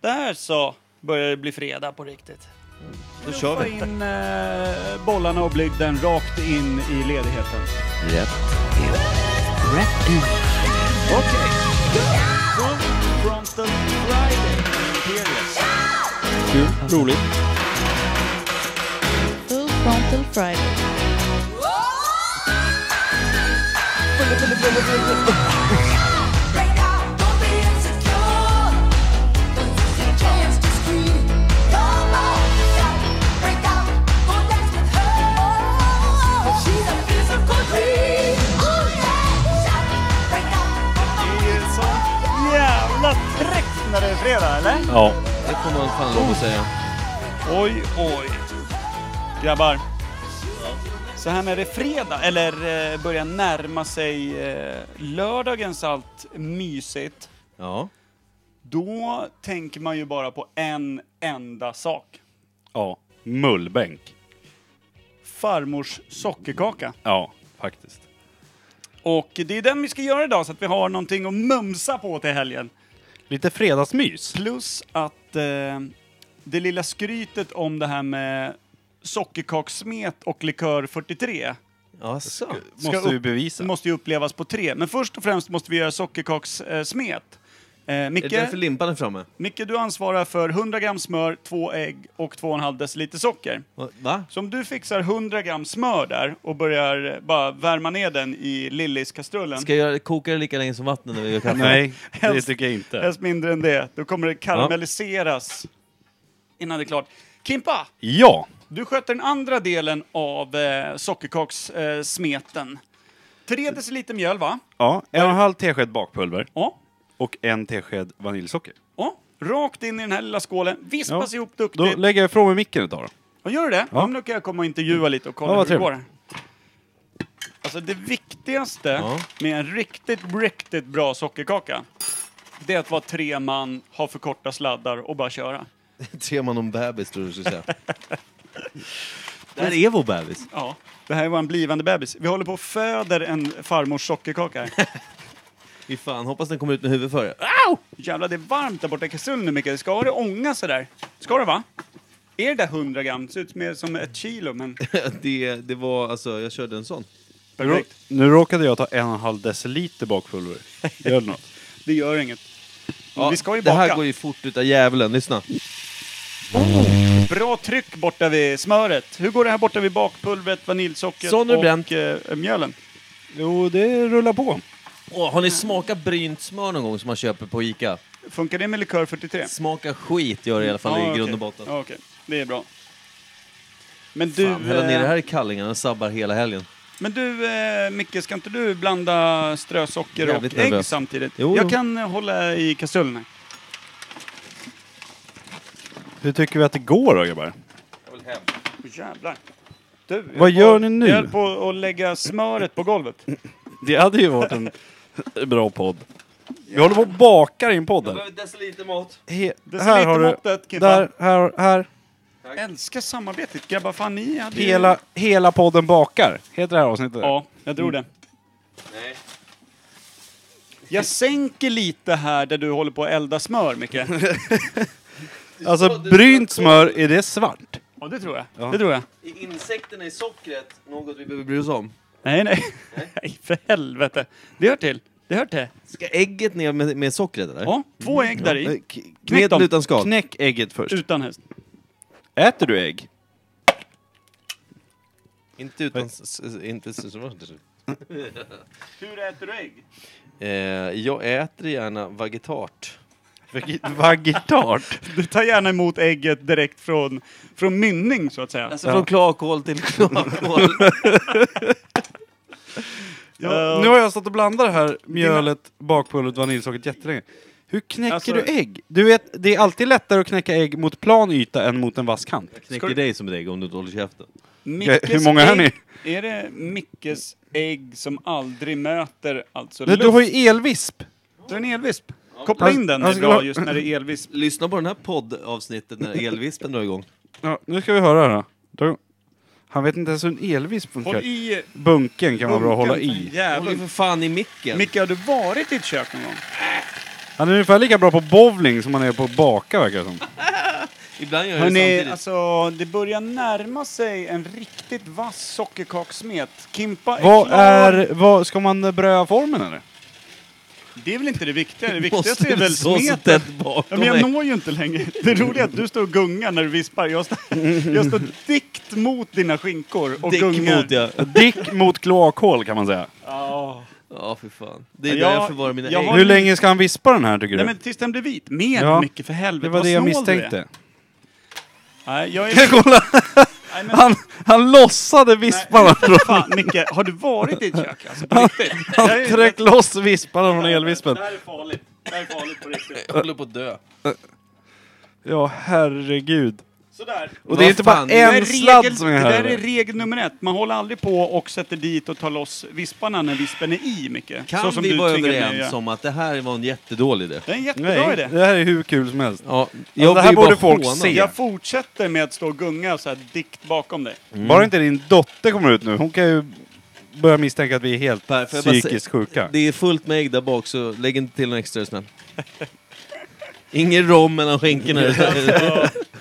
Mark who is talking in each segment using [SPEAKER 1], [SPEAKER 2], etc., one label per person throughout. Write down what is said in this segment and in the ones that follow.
[SPEAKER 1] Där så börjar det bli fredag på riktigt.
[SPEAKER 2] Då kör
[SPEAKER 3] Få
[SPEAKER 2] vi.
[SPEAKER 3] in eh, bollarna och blygden rakt in i ledigheten.
[SPEAKER 2] Rätt.
[SPEAKER 3] Okej. Full Frontal Friday med Imperius.
[SPEAKER 2] Kul. Roligt.
[SPEAKER 4] Full Frontal Friday.
[SPEAKER 3] Det är sån jävla fräckt när det är fredag, eller?
[SPEAKER 2] Ja.
[SPEAKER 5] Det får man fan lov att säga.
[SPEAKER 3] Oj, oj. Grabbar. Så här när det är fredag, eller eh, börjar närma sig eh, lördagens allt mysigt,
[SPEAKER 5] Ja.
[SPEAKER 3] då tänker man ju bara på en enda sak.
[SPEAKER 2] Ja. Mullbänk.
[SPEAKER 3] Farmors sockerkaka.
[SPEAKER 2] Ja, faktiskt.
[SPEAKER 3] Och det är den vi ska göra idag så att vi har någonting att mumsa på till helgen.
[SPEAKER 2] Lite fredagsmys.
[SPEAKER 3] Plus att eh, det lilla skrytet om det här med sockerkakssmet och likör 43
[SPEAKER 5] Jaså?
[SPEAKER 3] Ska
[SPEAKER 2] Måste vi
[SPEAKER 3] upp-
[SPEAKER 2] bevisa.
[SPEAKER 3] måste ju upplevas på tre. Men först och främst måste vi göra sockerkakssmet. Eh,
[SPEAKER 5] Är
[SPEAKER 3] Micke,
[SPEAKER 5] det därför limpan är framme?
[SPEAKER 3] Micke, du ansvarar för 100 gram smör, två ägg och 2,5 deciliter socker.
[SPEAKER 5] Va?
[SPEAKER 3] Så om du fixar 100 gram smör där och börjar eh, bara värma ner den i Lillis-kastrullen,
[SPEAKER 5] Ska jag göra- koka det lika länge som vattnet när vi gör kaffe?
[SPEAKER 2] Nej, det tycker jag inte.
[SPEAKER 3] helst mindre än det, då kommer det karamelliseras innan det är klart. Kimpa,
[SPEAKER 2] Ja.
[SPEAKER 3] du sköter den andra delen av eh, sockerkakssmeten. Eh, smeten. Tre deciliter mjöl, va?
[SPEAKER 2] Ja, en och en halv tesked bakpulver
[SPEAKER 3] Ja.
[SPEAKER 2] och en tesked vaniljsocker.
[SPEAKER 3] Ja, rakt in i den här lilla skålen. Vispas
[SPEAKER 2] Ja.
[SPEAKER 3] ihop
[SPEAKER 2] Då
[SPEAKER 3] duktigt.
[SPEAKER 2] lägger jag ifrån mig micken ett tag då.
[SPEAKER 3] Och gör du det? Ja. men då kan jag komma och intervjua lite och kolla
[SPEAKER 2] Ja,
[SPEAKER 3] hur
[SPEAKER 2] vad
[SPEAKER 3] det går. Alltså det viktigaste
[SPEAKER 5] Ja.
[SPEAKER 3] med en riktigt, riktigt bra sockerkaka, det är att vara tre man, ha för korta sladdar och bara köra.
[SPEAKER 5] Tre man och en bebis tror du skulle säga. Det här är vår bebis.
[SPEAKER 3] Ja. Det här är vår blivande bebis. Vi håller på och föder en farmors sockerkaka här.
[SPEAKER 5] Fy fan, hoppas den kommer ut med huvudet före.
[SPEAKER 3] Jävlar, det är varmt där borta i kastrullen nu Mikael. Ska det ånga sådär? Ska det va? Är det där 100 gram? Det ser ut mer som ett kilo, men
[SPEAKER 5] Det, det var, alltså, jag körde en sån.
[SPEAKER 2] Nu, rå-
[SPEAKER 3] perfekt.
[SPEAKER 2] nu råkade jag ta en och en halv deciliter bakpulver. Gör det något?
[SPEAKER 3] Det gör inget. vi ska ju
[SPEAKER 5] det här
[SPEAKER 3] baka.
[SPEAKER 5] går ju fort utav djävulen, lyssna.
[SPEAKER 3] Bra tryck borta vid smöret. Hur går det här borta vid bakpulvret, vaniljsockret
[SPEAKER 5] Så, nu
[SPEAKER 3] och
[SPEAKER 5] bränt.
[SPEAKER 3] eh, mjölen?
[SPEAKER 2] Jo, det rullar på.
[SPEAKER 5] Åh, har ni smakat brynt smör någon gång som man köper på Ica?
[SPEAKER 3] Funkar det med likör 43?
[SPEAKER 5] Smaka skit gör det i alla fall
[SPEAKER 3] Ja,
[SPEAKER 5] i
[SPEAKER 3] okej.
[SPEAKER 5] grund och botten.
[SPEAKER 3] Ja, Okej, det är bra. Men du,
[SPEAKER 5] Fan, hälla ner det
[SPEAKER 3] eh,
[SPEAKER 5] här i kallingarna och sabbar hela helgen.
[SPEAKER 3] men du eh, Micke, ska inte du blanda strösocker
[SPEAKER 5] Jävligt
[SPEAKER 3] och ägg
[SPEAKER 5] nervös.
[SPEAKER 3] samtidigt?
[SPEAKER 5] Jo,
[SPEAKER 3] Jag
[SPEAKER 5] jo.
[SPEAKER 3] kan eh, hålla i kastrullen här.
[SPEAKER 2] Hur tycker vi att det går då grabbar?
[SPEAKER 3] Åh, jävlar. Du, jag
[SPEAKER 2] Vad
[SPEAKER 3] höll
[SPEAKER 2] gör
[SPEAKER 3] på-
[SPEAKER 2] ni nu?
[SPEAKER 3] Jag höll på att lägga smöret på golvet.
[SPEAKER 2] Det hade ju varit en bra podd. Vi håller på och bakar i en podd här.
[SPEAKER 5] deciliter mat.
[SPEAKER 2] He- här har
[SPEAKER 3] Decilitermåttet,
[SPEAKER 2] du...
[SPEAKER 3] Kimpa.
[SPEAKER 2] Där, här, här.
[SPEAKER 3] Älskar samarbetet grabbar, fan ni hade ju-
[SPEAKER 2] Hela, hela podden bakar. Heter det här avsnittet?
[SPEAKER 3] Ja, jag tror det. Jag sänker lite här där du håller på att elda smör, Micke.
[SPEAKER 2] Alltså brynt smör, är det svart?
[SPEAKER 3] Ja, det tror jag. Det tror jag.
[SPEAKER 5] Är insekterna i sockret något vi behöver bry oss om?
[SPEAKER 3] Nej, nej. Nej, för helvete. Det hör till. Det hör till.
[SPEAKER 5] Ska ägget ner med, med sockret eller?
[SPEAKER 3] Ja, två ägg där
[SPEAKER 5] Eh,
[SPEAKER 3] i.
[SPEAKER 5] k-
[SPEAKER 3] Knäck
[SPEAKER 5] Kneten
[SPEAKER 3] dem.
[SPEAKER 5] utan skal.
[SPEAKER 2] Knäck ägget först.
[SPEAKER 3] Utan häst.
[SPEAKER 2] Äter du ägg?
[SPEAKER 5] Inte utan... s- s- Inte, s- s-
[SPEAKER 3] Hur äter du ägg?
[SPEAKER 5] eh, jag äter gärna vegetart.
[SPEAKER 2] Vagi- Vagitart.
[SPEAKER 3] Du tar gärna emot ägget direkt från, från mynning, så att säga.
[SPEAKER 5] Alltså från klarkål till klarkål.
[SPEAKER 2] nu har jag stått och blandat det här mjölet, bakpulvret, vaniljsockret jättelänge. Hur knäcker
[SPEAKER 3] Alltså-
[SPEAKER 2] du ägg? Du vet, det är alltid lättare att knäcka ägg mot plan yta än mot en vass kant.
[SPEAKER 5] Knäcker dig som ett ägg om du inte håller käften.
[SPEAKER 3] Mickes
[SPEAKER 2] hur många är ni?
[SPEAKER 3] ägg- Är det Mickes ägg som aldrig möter alltså
[SPEAKER 2] Nej,
[SPEAKER 3] luft?
[SPEAKER 2] du har ju elvisp.
[SPEAKER 3] Du har en elvisp. Koppla in den, det är
[SPEAKER 2] Alltså,
[SPEAKER 3] bra
[SPEAKER 2] jag-
[SPEAKER 3] just när det är elvisp.
[SPEAKER 5] Lyssna på den här poddavsnittet när elvispen drar igång.
[SPEAKER 2] Ja, nu ska vi höra här då. då. Han vet inte ens hur en elvisp funkar.
[SPEAKER 3] Håll i...
[SPEAKER 2] Bunken kan vara bra att hålla
[SPEAKER 3] bunken,
[SPEAKER 2] i.
[SPEAKER 3] Jävlar.
[SPEAKER 5] Håll ju för fan i micken.
[SPEAKER 3] Micke, har du varit i ett kök någon gång?
[SPEAKER 2] Han är ungefär lika bra på bowling som han är på att baka verkar det som.
[SPEAKER 5] Ibland gör jag det
[SPEAKER 3] Hörrni,
[SPEAKER 5] samtidigt.
[SPEAKER 3] alltså det börjar närma sig en riktigt vass sockerkaksmet. Kimpa är
[SPEAKER 2] Vad
[SPEAKER 3] klar.
[SPEAKER 2] är, vad, ska man bröa formen eller?
[SPEAKER 3] Det är väl inte det viktiga. Det
[SPEAKER 5] Måste
[SPEAKER 3] viktigaste är väl
[SPEAKER 5] stå så
[SPEAKER 3] smeten.
[SPEAKER 5] tätt
[SPEAKER 3] Ja, men
[SPEAKER 5] bakom mig.
[SPEAKER 3] jag når ju inte längre. Det roliga är att du står och gungar när du vispar. Jag står, jag står dikt mot dina skinkor och
[SPEAKER 5] Däck
[SPEAKER 3] gungar.
[SPEAKER 5] emot ja.
[SPEAKER 2] Dick mot kloakhål kan man säga.
[SPEAKER 3] Ja.
[SPEAKER 5] Ja, för fan. Det är
[SPEAKER 3] Jag-
[SPEAKER 5] där jag förvarar mina
[SPEAKER 3] jag
[SPEAKER 5] ägg.
[SPEAKER 3] har-
[SPEAKER 2] Hur länge ska han vispa den här tycker
[SPEAKER 3] Nej
[SPEAKER 2] du?
[SPEAKER 3] men tills den blir vit. Med
[SPEAKER 2] Ja.
[SPEAKER 3] mycket för helvete.
[SPEAKER 2] det var
[SPEAKER 3] Vad
[SPEAKER 2] det jag
[SPEAKER 3] snål du är.
[SPEAKER 2] misstänkte.
[SPEAKER 3] Nej, jag är...
[SPEAKER 2] Kolla!
[SPEAKER 3] Nej, men...
[SPEAKER 2] Han, han lossade visparna. från-
[SPEAKER 3] Fan Micke, har du varit i ett kök alltså? På riktigt?
[SPEAKER 2] Han
[SPEAKER 3] Jag är-
[SPEAKER 2] tryckte loss visparna från elvispen.
[SPEAKER 3] Det här är farligt. Det här är farligt på riktigt.
[SPEAKER 5] Jag håller på att dö.
[SPEAKER 2] Ja, herregud.
[SPEAKER 3] Sådär.
[SPEAKER 2] Och det är
[SPEAKER 5] Vad
[SPEAKER 2] inte bara
[SPEAKER 5] fan, det där
[SPEAKER 3] Det
[SPEAKER 2] en
[SPEAKER 3] är
[SPEAKER 2] sladd
[SPEAKER 3] regel,
[SPEAKER 2] som är
[SPEAKER 3] det där är
[SPEAKER 2] här.
[SPEAKER 3] regel nummer ett. Man håller aldrig på och sätter dit och tar loss visparna när vispen är i, Micke.
[SPEAKER 5] Kan vi vara överens om att det här var en jättedålig idé?
[SPEAKER 3] Det är en jättebra
[SPEAKER 2] Nej,
[SPEAKER 3] idé.
[SPEAKER 2] det här är hur kul som helst.
[SPEAKER 3] Alltså,
[SPEAKER 5] Ja,
[SPEAKER 2] jag det här
[SPEAKER 5] blir bara
[SPEAKER 2] borde folk
[SPEAKER 5] hånad.
[SPEAKER 2] se.
[SPEAKER 3] Jag fortsätter med att stå och gunga så här dikt bakom dig.
[SPEAKER 2] Mm. Bara inte din dotter kommer ut nu. Hon kan ju börja misstänka att vi är helt
[SPEAKER 5] Per, får jag bara
[SPEAKER 2] psykiskt
[SPEAKER 5] säga-
[SPEAKER 2] sjuka.
[SPEAKER 5] Det är fullt med ägg där bak, så lägg inte till någon extra är du snäll. Ingen rom mellan skänkorna. är du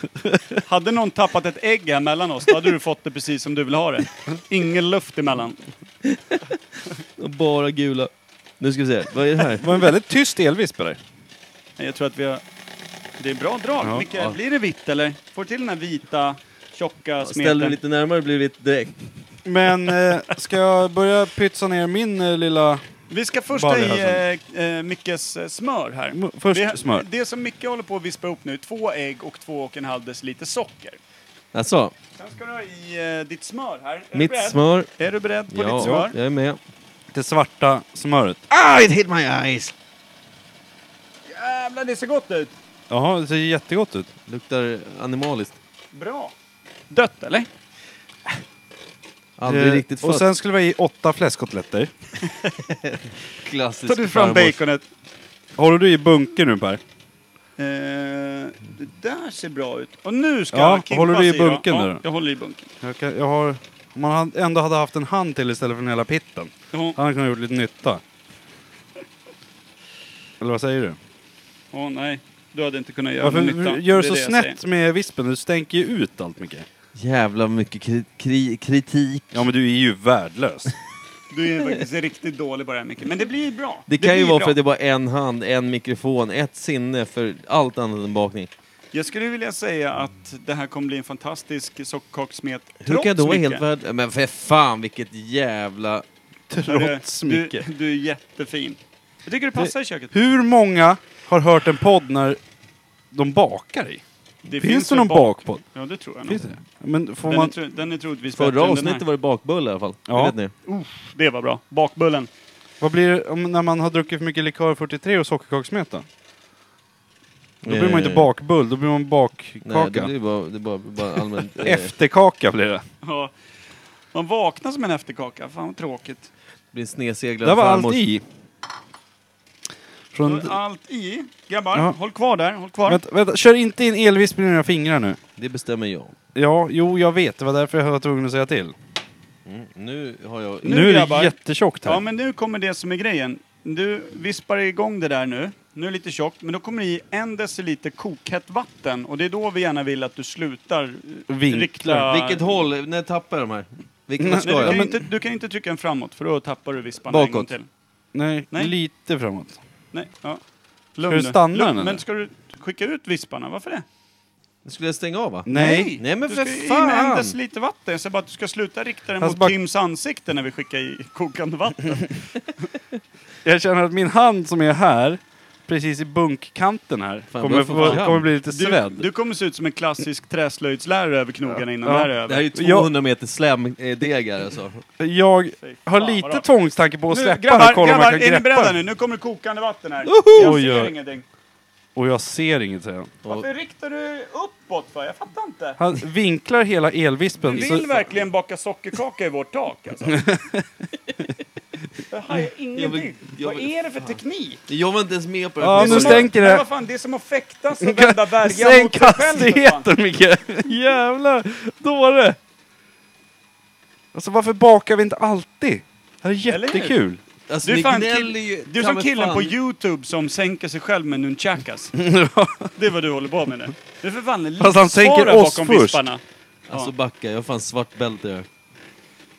[SPEAKER 5] snäll.
[SPEAKER 3] Hade någon tappat ett ägg här mellan oss, då hade du fått det precis som du vill ha det. Ingen luft emellan.
[SPEAKER 5] Och Bara gula. Nu ska vi se, vad är det här?
[SPEAKER 2] Det var en väldigt tyst elvisp på dig.
[SPEAKER 3] Nej, Jag tror att vi har... Det är bra drag.
[SPEAKER 2] Ja.
[SPEAKER 3] Micke, blir det vitt eller? Får du till den här vita, tjocka
[SPEAKER 5] Ställ dig
[SPEAKER 3] smeten?
[SPEAKER 5] lite närmare blir det vitt direkt.
[SPEAKER 2] Men eh, ska jag börja pytsa ner min eh, lilla...
[SPEAKER 3] Vi ska först
[SPEAKER 2] Bara
[SPEAKER 3] ha
[SPEAKER 2] det
[SPEAKER 3] i eh, eh, Mickes eh, smör här.
[SPEAKER 2] M- först
[SPEAKER 3] Vi-
[SPEAKER 2] smör.
[SPEAKER 3] Det som Micke håller på att vispa upp nu, två ägg och två och en halv deciliter socker.
[SPEAKER 5] Alltså,
[SPEAKER 3] Sen ska du ha i eh, ditt smör här. Är du
[SPEAKER 5] mitt
[SPEAKER 3] beredd?
[SPEAKER 5] smör.
[SPEAKER 3] Är du beredd på ditt
[SPEAKER 5] Ja,
[SPEAKER 3] smör?
[SPEAKER 5] jag är med.
[SPEAKER 2] Det svarta smöret.
[SPEAKER 5] Ah, it hit my eyes!
[SPEAKER 3] Jävlar, det ser gott ut!
[SPEAKER 2] Jaha, det ser jättegott ut.
[SPEAKER 5] Luktar animaliskt.
[SPEAKER 3] Bra. Dött eller?
[SPEAKER 5] Aldrig
[SPEAKER 2] Eh,
[SPEAKER 5] riktigt
[SPEAKER 2] och
[SPEAKER 5] fött.
[SPEAKER 2] sen skulle vi ha i åtta fläskkotletter.
[SPEAKER 5] Klassisk
[SPEAKER 3] Tar du fram
[SPEAKER 5] farmors.
[SPEAKER 3] baconet?
[SPEAKER 2] Håller du i bunker nu Per?
[SPEAKER 3] Eh, det där ser bra ut. Och nu ska
[SPEAKER 2] Ja,
[SPEAKER 3] Kimpa
[SPEAKER 2] håller du i
[SPEAKER 3] se, ja.
[SPEAKER 2] bunken
[SPEAKER 3] ja,
[SPEAKER 2] där?
[SPEAKER 3] jag håller i bunken.
[SPEAKER 2] Jag, kan, jag har... Om man hade- ändå hade haft en hand till istället för den hela pitten.
[SPEAKER 3] Ja,
[SPEAKER 2] Han hade kunnat gjort lite nytta. Eller vad säger du?
[SPEAKER 3] ja, nej, du hade inte kunnat göra
[SPEAKER 2] Varför
[SPEAKER 3] någon nytta.
[SPEAKER 2] gör
[SPEAKER 3] Det
[SPEAKER 2] du
[SPEAKER 3] är
[SPEAKER 2] så
[SPEAKER 3] det jag
[SPEAKER 2] snett med vispen? Du stänker ju ut allt mycket.
[SPEAKER 5] Jävla mycket kri kri kritik.
[SPEAKER 2] Ja men du är ju värdelös.
[SPEAKER 3] säger. Du är faktiskt riktigt dålig på det här Micke, men det blir bra.
[SPEAKER 5] Det kan ju
[SPEAKER 3] blir
[SPEAKER 5] vara
[SPEAKER 3] bra.
[SPEAKER 5] för att det är bara en hand, en mikrofon, ett sinne för allt annat än bakning.
[SPEAKER 3] Jag skulle vilja säga att det här kommer bli en fantastisk sockerkakssmet.
[SPEAKER 5] Hur kan jag då vara
[SPEAKER 3] mycket.
[SPEAKER 5] helt värd... Men för fan vilket jävla...
[SPEAKER 2] Trots
[SPEAKER 3] du,
[SPEAKER 2] mycket.
[SPEAKER 3] du, du är jättefin. Jag tycker du passar i köket.
[SPEAKER 2] Hur många har hört en podd när de bakar i?
[SPEAKER 3] Det
[SPEAKER 2] finns, det
[SPEAKER 3] ju
[SPEAKER 2] någon
[SPEAKER 3] bak-
[SPEAKER 2] bakpodd?
[SPEAKER 3] Ja, det tror jag nog.
[SPEAKER 2] Finns det? Men får
[SPEAKER 3] Den,
[SPEAKER 2] man...
[SPEAKER 3] är, tro- den är troligtvis
[SPEAKER 5] Förra
[SPEAKER 3] bättre än den
[SPEAKER 5] avsnittet
[SPEAKER 3] här.
[SPEAKER 5] var det bakbulle i alla fall.
[SPEAKER 2] Ja.
[SPEAKER 5] Det Vet ni?
[SPEAKER 3] Det var bra. Bakbullen.
[SPEAKER 2] Vad blir det om, när man har druckit för mycket likör 43 och sockerkaksmet då? Då blir man ju inte
[SPEAKER 5] Eh,
[SPEAKER 2] bakbull, då blir man
[SPEAKER 5] Nej, det
[SPEAKER 2] bakkaka.
[SPEAKER 5] blir bara, det är bara, bara allmänt... eh, det
[SPEAKER 2] Efterkaka blir det.
[SPEAKER 3] Ja. Man vaknar som en efterkaka. Fan vad tråkigt.
[SPEAKER 5] blir en sneseglad
[SPEAKER 2] Där var allt
[SPEAKER 5] farmors-
[SPEAKER 2] i. Från...
[SPEAKER 3] Då är Allt i. Grabbar,
[SPEAKER 2] Ja.
[SPEAKER 3] håll kvar där. Håll kvar.
[SPEAKER 2] Vänta, vänta, kör inte in elvisp i dina fingrar nu.
[SPEAKER 5] Det bestämmer jag.
[SPEAKER 2] Ja, jo jag vet, det var därför jag var tvungen att säga till.
[SPEAKER 5] Mm. Nu har jag...
[SPEAKER 2] Nu,
[SPEAKER 3] Nu,
[SPEAKER 2] är det
[SPEAKER 3] grabbar.
[SPEAKER 2] jättetjockt här.
[SPEAKER 3] Ja, men nu kommer det som är grejen. Du vispar igång det där nu. Nu är det lite tjockt, men då kommer det i en deciliter kokhett vatten. Och det är då vi gärna vill att du slutar eh, rikta...
[SPEAKER 2] Vinklar.
[SPEAKER 5] Vilket håll? När tappar jag de här? Vilket
[SPEAKER 2] Nej,
[SPEAKER 5] ska
[SPEAKER 3] Nej, du,
[SPEAKER 5] jag?
[SPEAKER 3] kan ju
[SPEAKER 2] men-
[SPEAKER 3] inte, du kan ju inte trycka den framåt, för då tappar du visparna en gång
[SPEAKER 5] Bakåt.
[SPEAKER 3] till.
[SPEAKER 2] Nej,
[SPEAKER 3] Nej.
[SPEAKER 2] lite framåt.
[SPEAKER 3] Nej, ja. Lugn
[SPEAKER 2] Ska du
[SPEAKER 3] nu.
[SPEAKER 2] stanna
[SPEAKER 3] Lugn,
[SPEAKER 2] den, eller?
[SPEAKER 3] Men ska du skicka ut visparna? Varför det?
[SPEAKER 5] Skulle jag stänga av va?
[SPEAKER 2] Nej.
[SPEAKER 5] Nej, men
[SPEAKER 3] du
[SPEAKER 5] för
[SPEAKER 3] ska ju i med en
[SPEAKER 5] fan!
[SPEAKER 3] deciliter vatten. Jag säger bara att du ska sluta rikta den
[SPEAKER 2] Fast
[SPEAKER 3] mot
[SPEAKER 2] bara-
[SPEAKER 3] Kims ansikte när vi skickar i kokande vatten.
[SPEAKER 2] Jag känner att min hand som är här, precis i bunkkanten här,
[SPEAKER 5] Fan,
[SPEAKER 2] kommer,
[SPEAKER 5] vad för
[SPEAKER 2] få,
[SPEAKER 5] fan.
[SPEAKER 2] kommer bli lite
[SPEAKER 3] Du,
[SPEAKER 2] svedd.
[SPEAKER 3] du kommer se ut som en klassisk träslöjdslärare över knogarna innan
[SPEAKER 2] Ja.
[SPEAKER 3] det här är över.
[SPEAKER 5] Det här är ju 200 meter slamdeg här alltså.
[SPEAKER 2] jag
[SPEAKER 3] Fy fan,
[SPEAKER 2] har
[SPEAKER 3] vad
[SPEAKER 2] lite
[SPEAKER 3] bra.
[SPEAKER 2] tvångstanke på att
[SPEAKER 3] Nu,
[SPEAKER 2] släppa
[SPEAKER 3] grabbar,
[SPEAKER 2] och kolla om
[SPEAKER 3] grabbar,
[SPEAKER 2] jag kan
[SPEAKER 3] är ni
[SPEAKER 2] greppa
[SPEAKER 3] beredda
[SPEAKER 2] den.
[SPEAKER 3] nu? Nu kommer kokande vatten här.
[SPEAKER 2] Oj,
[SPEAKER 3] Jag ser
[SPEAKER 2] oj.
[SPEAKER 3] ingenting.
[SPEAKER 2] Och jag ser ingenting.
[SPEAKER 5] Och
[SPEAKER 3] Varför riktar du uppåt för? Jag fattar inte.
[SPEAKER 2] Han vinklar hela
[SPEAKER 3] Du
[SPEAKER 2] elvispen.
[SPEAKER 3] vill
[SPEAKER 2] så-
[SPEAKER 3] verkligen baka sockerkaka i vårt tak alltså. Jag hajar ingenting.
[SPEAKER 5] jag
[SPEAKER 3] Vad
[SPEAKER 5] vill-
[SPEAKER 3] är det för teknik?
[SPEAKER 5] jag var inte ens med på det. Alltså, här.
[SPEAKER 2] Ja,
[SPEAKER 3] Det är
[SPEAKER 2] nu
[SPEAKER 3] som att-
[SPEAKER 2] stänker det.
[SPEAKER 3] Nej, vad fan, det är som att fäktas och vända värjan mot
[SPEAKER 2] Sänk
[SPEAKER 3] sig själv. för fan.
[SPEAKER 2] hastigheten Micke! Jävlar! Dåre! Alltså varför bakar vi inte alltid? Det här är
[SPEAKER 3] Eller hur?
[SPEAKER 2] jättekul.
[SPEAKER 5] Alltså,
[SPEAKER 3] Du är,
[SPEAKER 5] ni
[SPEAKER 3] fan
[SPEAKER 5] gnäller ju...
[SPEAKER 3] kill- du är
[SPEAKER 5] ta
[SPEAKER 3] som
[SPEAKER 5] mig
[SPEAKER 3] killen
[SPEAKER 5] fan.
[SPEAKER 3] på Youtube som sänker sig själv med nunchakas. Det är vad du håller på med nu. Du är för fan en
[SPEAKER 2] Fast han sänker
[SPEAKER 3] livsfara
[SPEAKER 2] oss
[SPEAKER 3] bakom
[SPEAKER 2] först.
[SPEAKER 3] visparna.
[SPEAKER 5] Alltså
[SPEAKER 3] Ja,
[SPEAKER 5] backa, jag har fan svart bälte jag.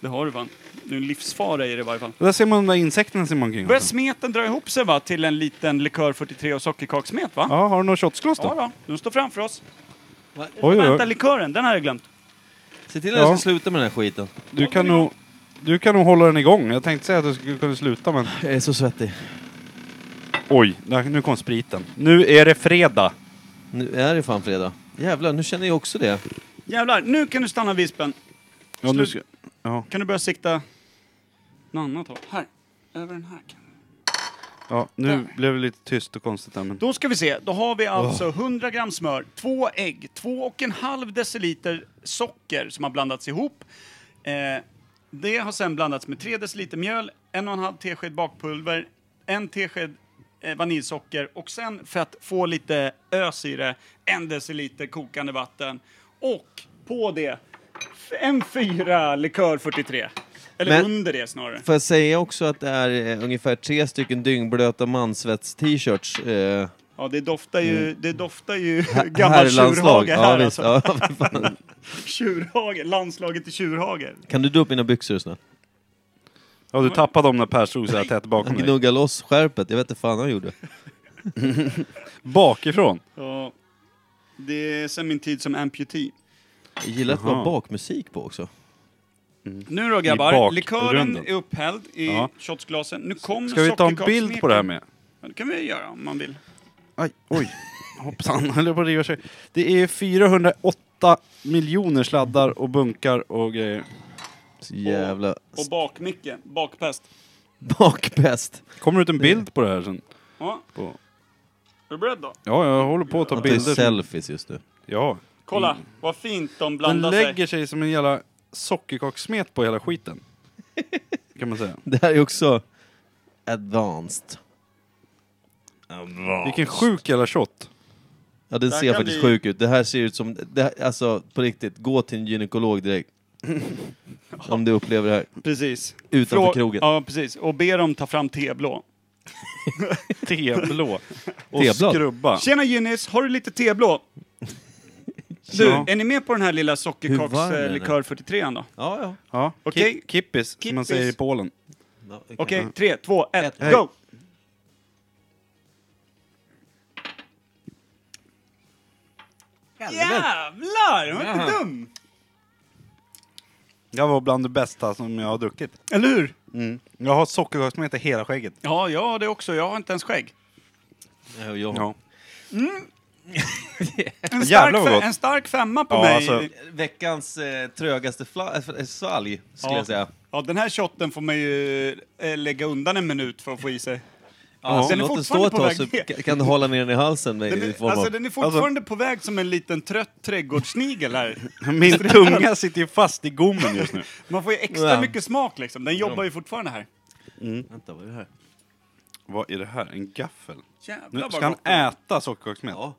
[SPEAKER 3] det har du fan. Du är en livsfara i det i varje fall.
[SPEAKER 2] Där ser man de där insekterna som man kring.
[SPEAKER 3] Börjar smeten dra ihop sig va? Till en liten likör 43 och sockerkaksmet va?
[SPEAKER 2] Ja, har du något shotsglas
[SPEAKER 3] Ja
[SPEAKER 2] då?
[SPEAKER 3] då, de står framför oss.
[SPEAKER 2] Oj, oj,
[SPEAKER 3] Vänta,
[SPEAKER 2] oj.
[SPEAKER 3] likören, den har jag glömt.
[SPEAKER 5] Se till att jag
[SPEAKER 2] Ja.
[SPEAKER 5] ska sluta med den här skiten.
[SPEAKER 2] Du kan nog... Du kan nog hålla den igång. Jag tänkte säga att du skulle kunna sluta men...
[SPEAKER 5] Jag är så svettig.
[SPEAKER 2] Oj, där- nu kom spriten. Nu är det fredag.
[SPEAKER 5] Nu är det fan fredag. Jävlar, nu känner jag också det.
[SPEAKER 3] Jävlar, nu kan du stanna vispen.
[SPEAKER 2] Ja, nu
[SPEAKER 3] Slut.
[SPEAKER 2] ska... Ja,
[SPEAKER 3] Kan du börja sikta något annat håll? Här, över den här.
[SPEAKER 2] ja nu blev det lite tyst och konstigt där men...
[SPEAKER 3] Då ska vi se, då har vi alltså 100 gram smör, två ägg, två och en halv deciliter socker som har blandats ihop. Eh, det har sen blandats med 3 deciliter mjöl, en och en halv tesked bakpulver, en tesked eh, vaniljsocker och sen för att få lite ös i det, en deciliter kokande vatten och på det f- en fyra likör 43. Eller
[SPEAKER 5] Men-
[SPEAKER 3] under det snarare.
[SPEAKER 5] Får jag säga också att det är eh, ungefär tre stycken dyngblöta mansvets-t-shirts. Eh,
[SPEAKER 3] Ja, det doftar ju, det doftar ju
[SPEAKER 5] Mm. här
[SPEAKER 3] gammal
[SPEAKER 5] i landslag.
[SPEAKER 3] tjurhage här
[SPEAKER 5] ja, visst.
[SPEAKER 3] alltså.
[SPEAKER 5] Ja, fy fan.
[SPEAKER 3] Tjurhagen, landslaget i Tjurhagen.
[SPEAKER 5] Kan du dra upp mina byxor snäll?
[SPEAKER 2] Ja, du tappade dem när Per stod så här tätt bakom
[SPEAKER 5] Han
[SPEAKER 2] dig.
[SPEAKER 5] gnuggade loss skärpet. Jag vet inte fan han gjorde.
[SPEAKER 2] Bakifrån.
[SPEAKER 3] Ja. Det är sen min tid som amputee.
[SPEAKER 5] Jag gillar att det var
[SPEAKER 2] Jaha.
[SPEAKER 5] bakmusik på också.
[SPEAKER 3] Nu då
[SPEAKER 2] I
[SPEAKER 3] grabbar,
[SPEAKER 2] bakgrunden.
[SPEAKER 3] likören är upphälld i
[SPEAKER 2] Ja.
[SPEAKER 3] shotsglasen. Nu kommer
[SPEAKER 2] Ska vi ta en
[SPEAKER 3] sockerkakssmeken.
[SPEAKER 2] bild på det här med?
[SPEAKER 3] Ja, det kan vi göra om man vill.
[SPEAKER 2] Aj, oj. Hoppsan, höll jag på att riva sig. Det är 408 miljoner sladdar och bunkar och grejer.
[SPEAKER 5] Så jävla
[SPEAKER 3] Och bakmicke, bakpest.
[SPEAKER 5] bakpest.
[SPEAKER 2] Kommer ut en bild på det här sen?
[SPEAKER 3] Ja,
[SPEAKER 2] På...
[SPEAKER 3] är du beredd då?
[SPEAKER 2] Ja, jag håller på att ta
[SPEAKER 5] Att det är
[SPEAKER 2] bilder.
[SPEAKER 5] selfies just nu.
[SPEAKER 2] Ja.
[SPEAKER 3] Kolla, vad fint de
[SPEAKER 2] Mm. Den
[SPEAKER 3] blandar sig.
[SPEAKER 2] lägger sig som en jävla sockerkakssmet på hela skiten. Kan man säga.
[SPEAKER 5] Det här är också advanced. Advanced.
[SPEAKER 2] Vilken sjuk jävla shot.
[SPEAKER 5] Ja, den
[SPEAKER 3] Det här
[SPEAKER 5] ser
[SPEAKER 3] kan
[SPEAKER 5] faktiskt
[SPEAKER 3] bli-
[SPEAKER 5] sjuk ut. Det här ser ut som... Det här, alltså, på riktigt, gå till en gynekolog direkt. Om du upplever det här.
[SPEAKER 3] Precis.
[SPEAKER 5] Utanför
[SPEAKER 3] Frå-
[SPEAKER 5] krogen.
[SPEAKER 3] Ja, precis. Och be dem ta fram teblå.
[SPEAKER 2] Teblå. Och
[SPEAKER 5] Teblad.
[SPEAKER 2] skrubba.
[SPEAKER 3] Tjena Gynnis, har du lite teblå? Du,
[SPEAKER 2] Ja.
[SPEAKER 3] är ni med på den här lilla
[SPEAKER 5] Hur varm är den?
[SPEAKER 3] sockerkakslikör 43 då?
[SPEAKER 5] Ja, ja.
[SPEAKER 2] Ja.
[SPEAKER 3] Okej.
[SPEAKER 2] Ki- Kippis, som man
[SPEAKER 3] Kippis.
[SPEAKER 2] säger i Polen.
[SPEAKER 5] ja det kan-
[SPEAKER 3] Okej, tre, två, Mm. ett,
[SPEAKER 5] Ett.
[SPEAKER 3] go! Jävlar, den var inte dum!
[SPEAKER 2] Det var bland det bästa som jag har druckit.
[SPEAKER 3] Eller hur?
[SPEAKER 2] Jag har sockerkakssmet i hela skägget.
[SPEAKER 3] Ja, jag har det också. Jag har inte ens skägg.
[SPEAKER 5] Ja, ja.
[SPEAKER 2] Ja.
[SPEAKER 3] En stark,
[SPEAKER 2] Jävlar vad
[SPEAKER 3] fe-
[SPEAKER 2] gott.
[SPEAKER 3] en stark femma på
[SPEAKER 2] Ja,
[SPEAKER 3] mig.
[SPEAKER 2] alltså.
[SPEAKER 5] Veckans eh, trögaste fla- äh, svalg, skulle
[SPEAKER 3] Ja.
[SPEAKER 5] jag säga.
[SPEAKER 3] Ja, den här shotten får man ju eh, lägga undan en minut för att få i sig.
[SPEAKER 5] Alltså,
[SPEAKER 3] Den är
[SPEAKER 5] låt den stå
[SPEAKER 3] fortfarande
[SPEAKER 5] ett
[SPEAKER 3] på
[SPEAKER 5] tag
[SPEAKER 3] väg
[SPEAKER 5] så
[SPEAKER 3] ner.
[SPEAKER 5] ka- kan du hålla ner den i halsen. Med,
[SPEAKER 3] Den
[SPEAKER 5] i
[SPEAKER 3] är,
[SPEAKER 5] form av...
[SPEAKER 3] alltså, den är fortfarande på väg som en liten trött trädgårdssnigel här.
[SPEAKER 2] Min tunga sitter ju fast i gommen just nu.
[SPEAKER 3] Man får ju extra
[SPEAKER 5] Ja.
[SPEAKER 3] mycket smak liksom. Den jobbar ju fortfarande här.
[SPEAKER 5] Vänta, vad är det här?
[SPEAKER 2] Vad är det här? En gaffel? Nu
[SPEAKER 3] Jävlar
[SPEAKER 2] ska
[SPEAKER 3] vad
[SPEAKER 2] han
[SPEAKER 3] gott. det-
[SPEAKER 2] äta sockerkakssmet?
[SPEAKER 5] Ja.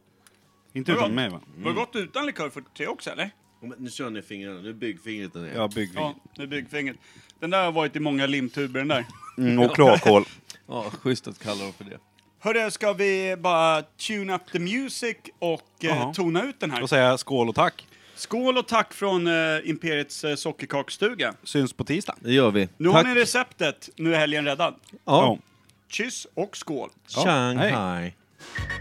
[SPEAKER 2] Inte utan mig va?
[SPEAKER 3] Var det gott utan likör 43 också eller?
[SPEAKER 5] Men nu kör ni fingrarna, nu är byggfingret där nere.
[SPEAKER 2] Ja, byggvin.
[SPEAKER 3] Ja, det är byggfingret. Den där har varit i många limtuber den där.
[SPEAKER 2] Mm, och kloakhål.
[SPEAKER 5] Ja, schysst att kalla dem för det.
[SPEAKER 3] Hörru, ska vi bara tune up the music och eh,
[SPEAKER 2] Jaha.
[SPEAKER 3] tona ut den här?
[SPEAKER 2] Och säga skål och tack.
[SPEAKER 3] Skål och tack från eh, Imperiets eh, sockerkakstuga.
[SPEAKER 2] Syns på tisdag.
[SPEAKER 5] Det gör vi.
[SPEAKER 3] Nu
[SPEAKER 5] Tack.
[SPEAKER 3] har ni receptet, nu är helgen räddad.
[SPEAKER 5] Ja.
[SPEAKER 3] Kyss och skål!
[SPEAKER 5] Shanghai.
[SPEAKER 2] Ja,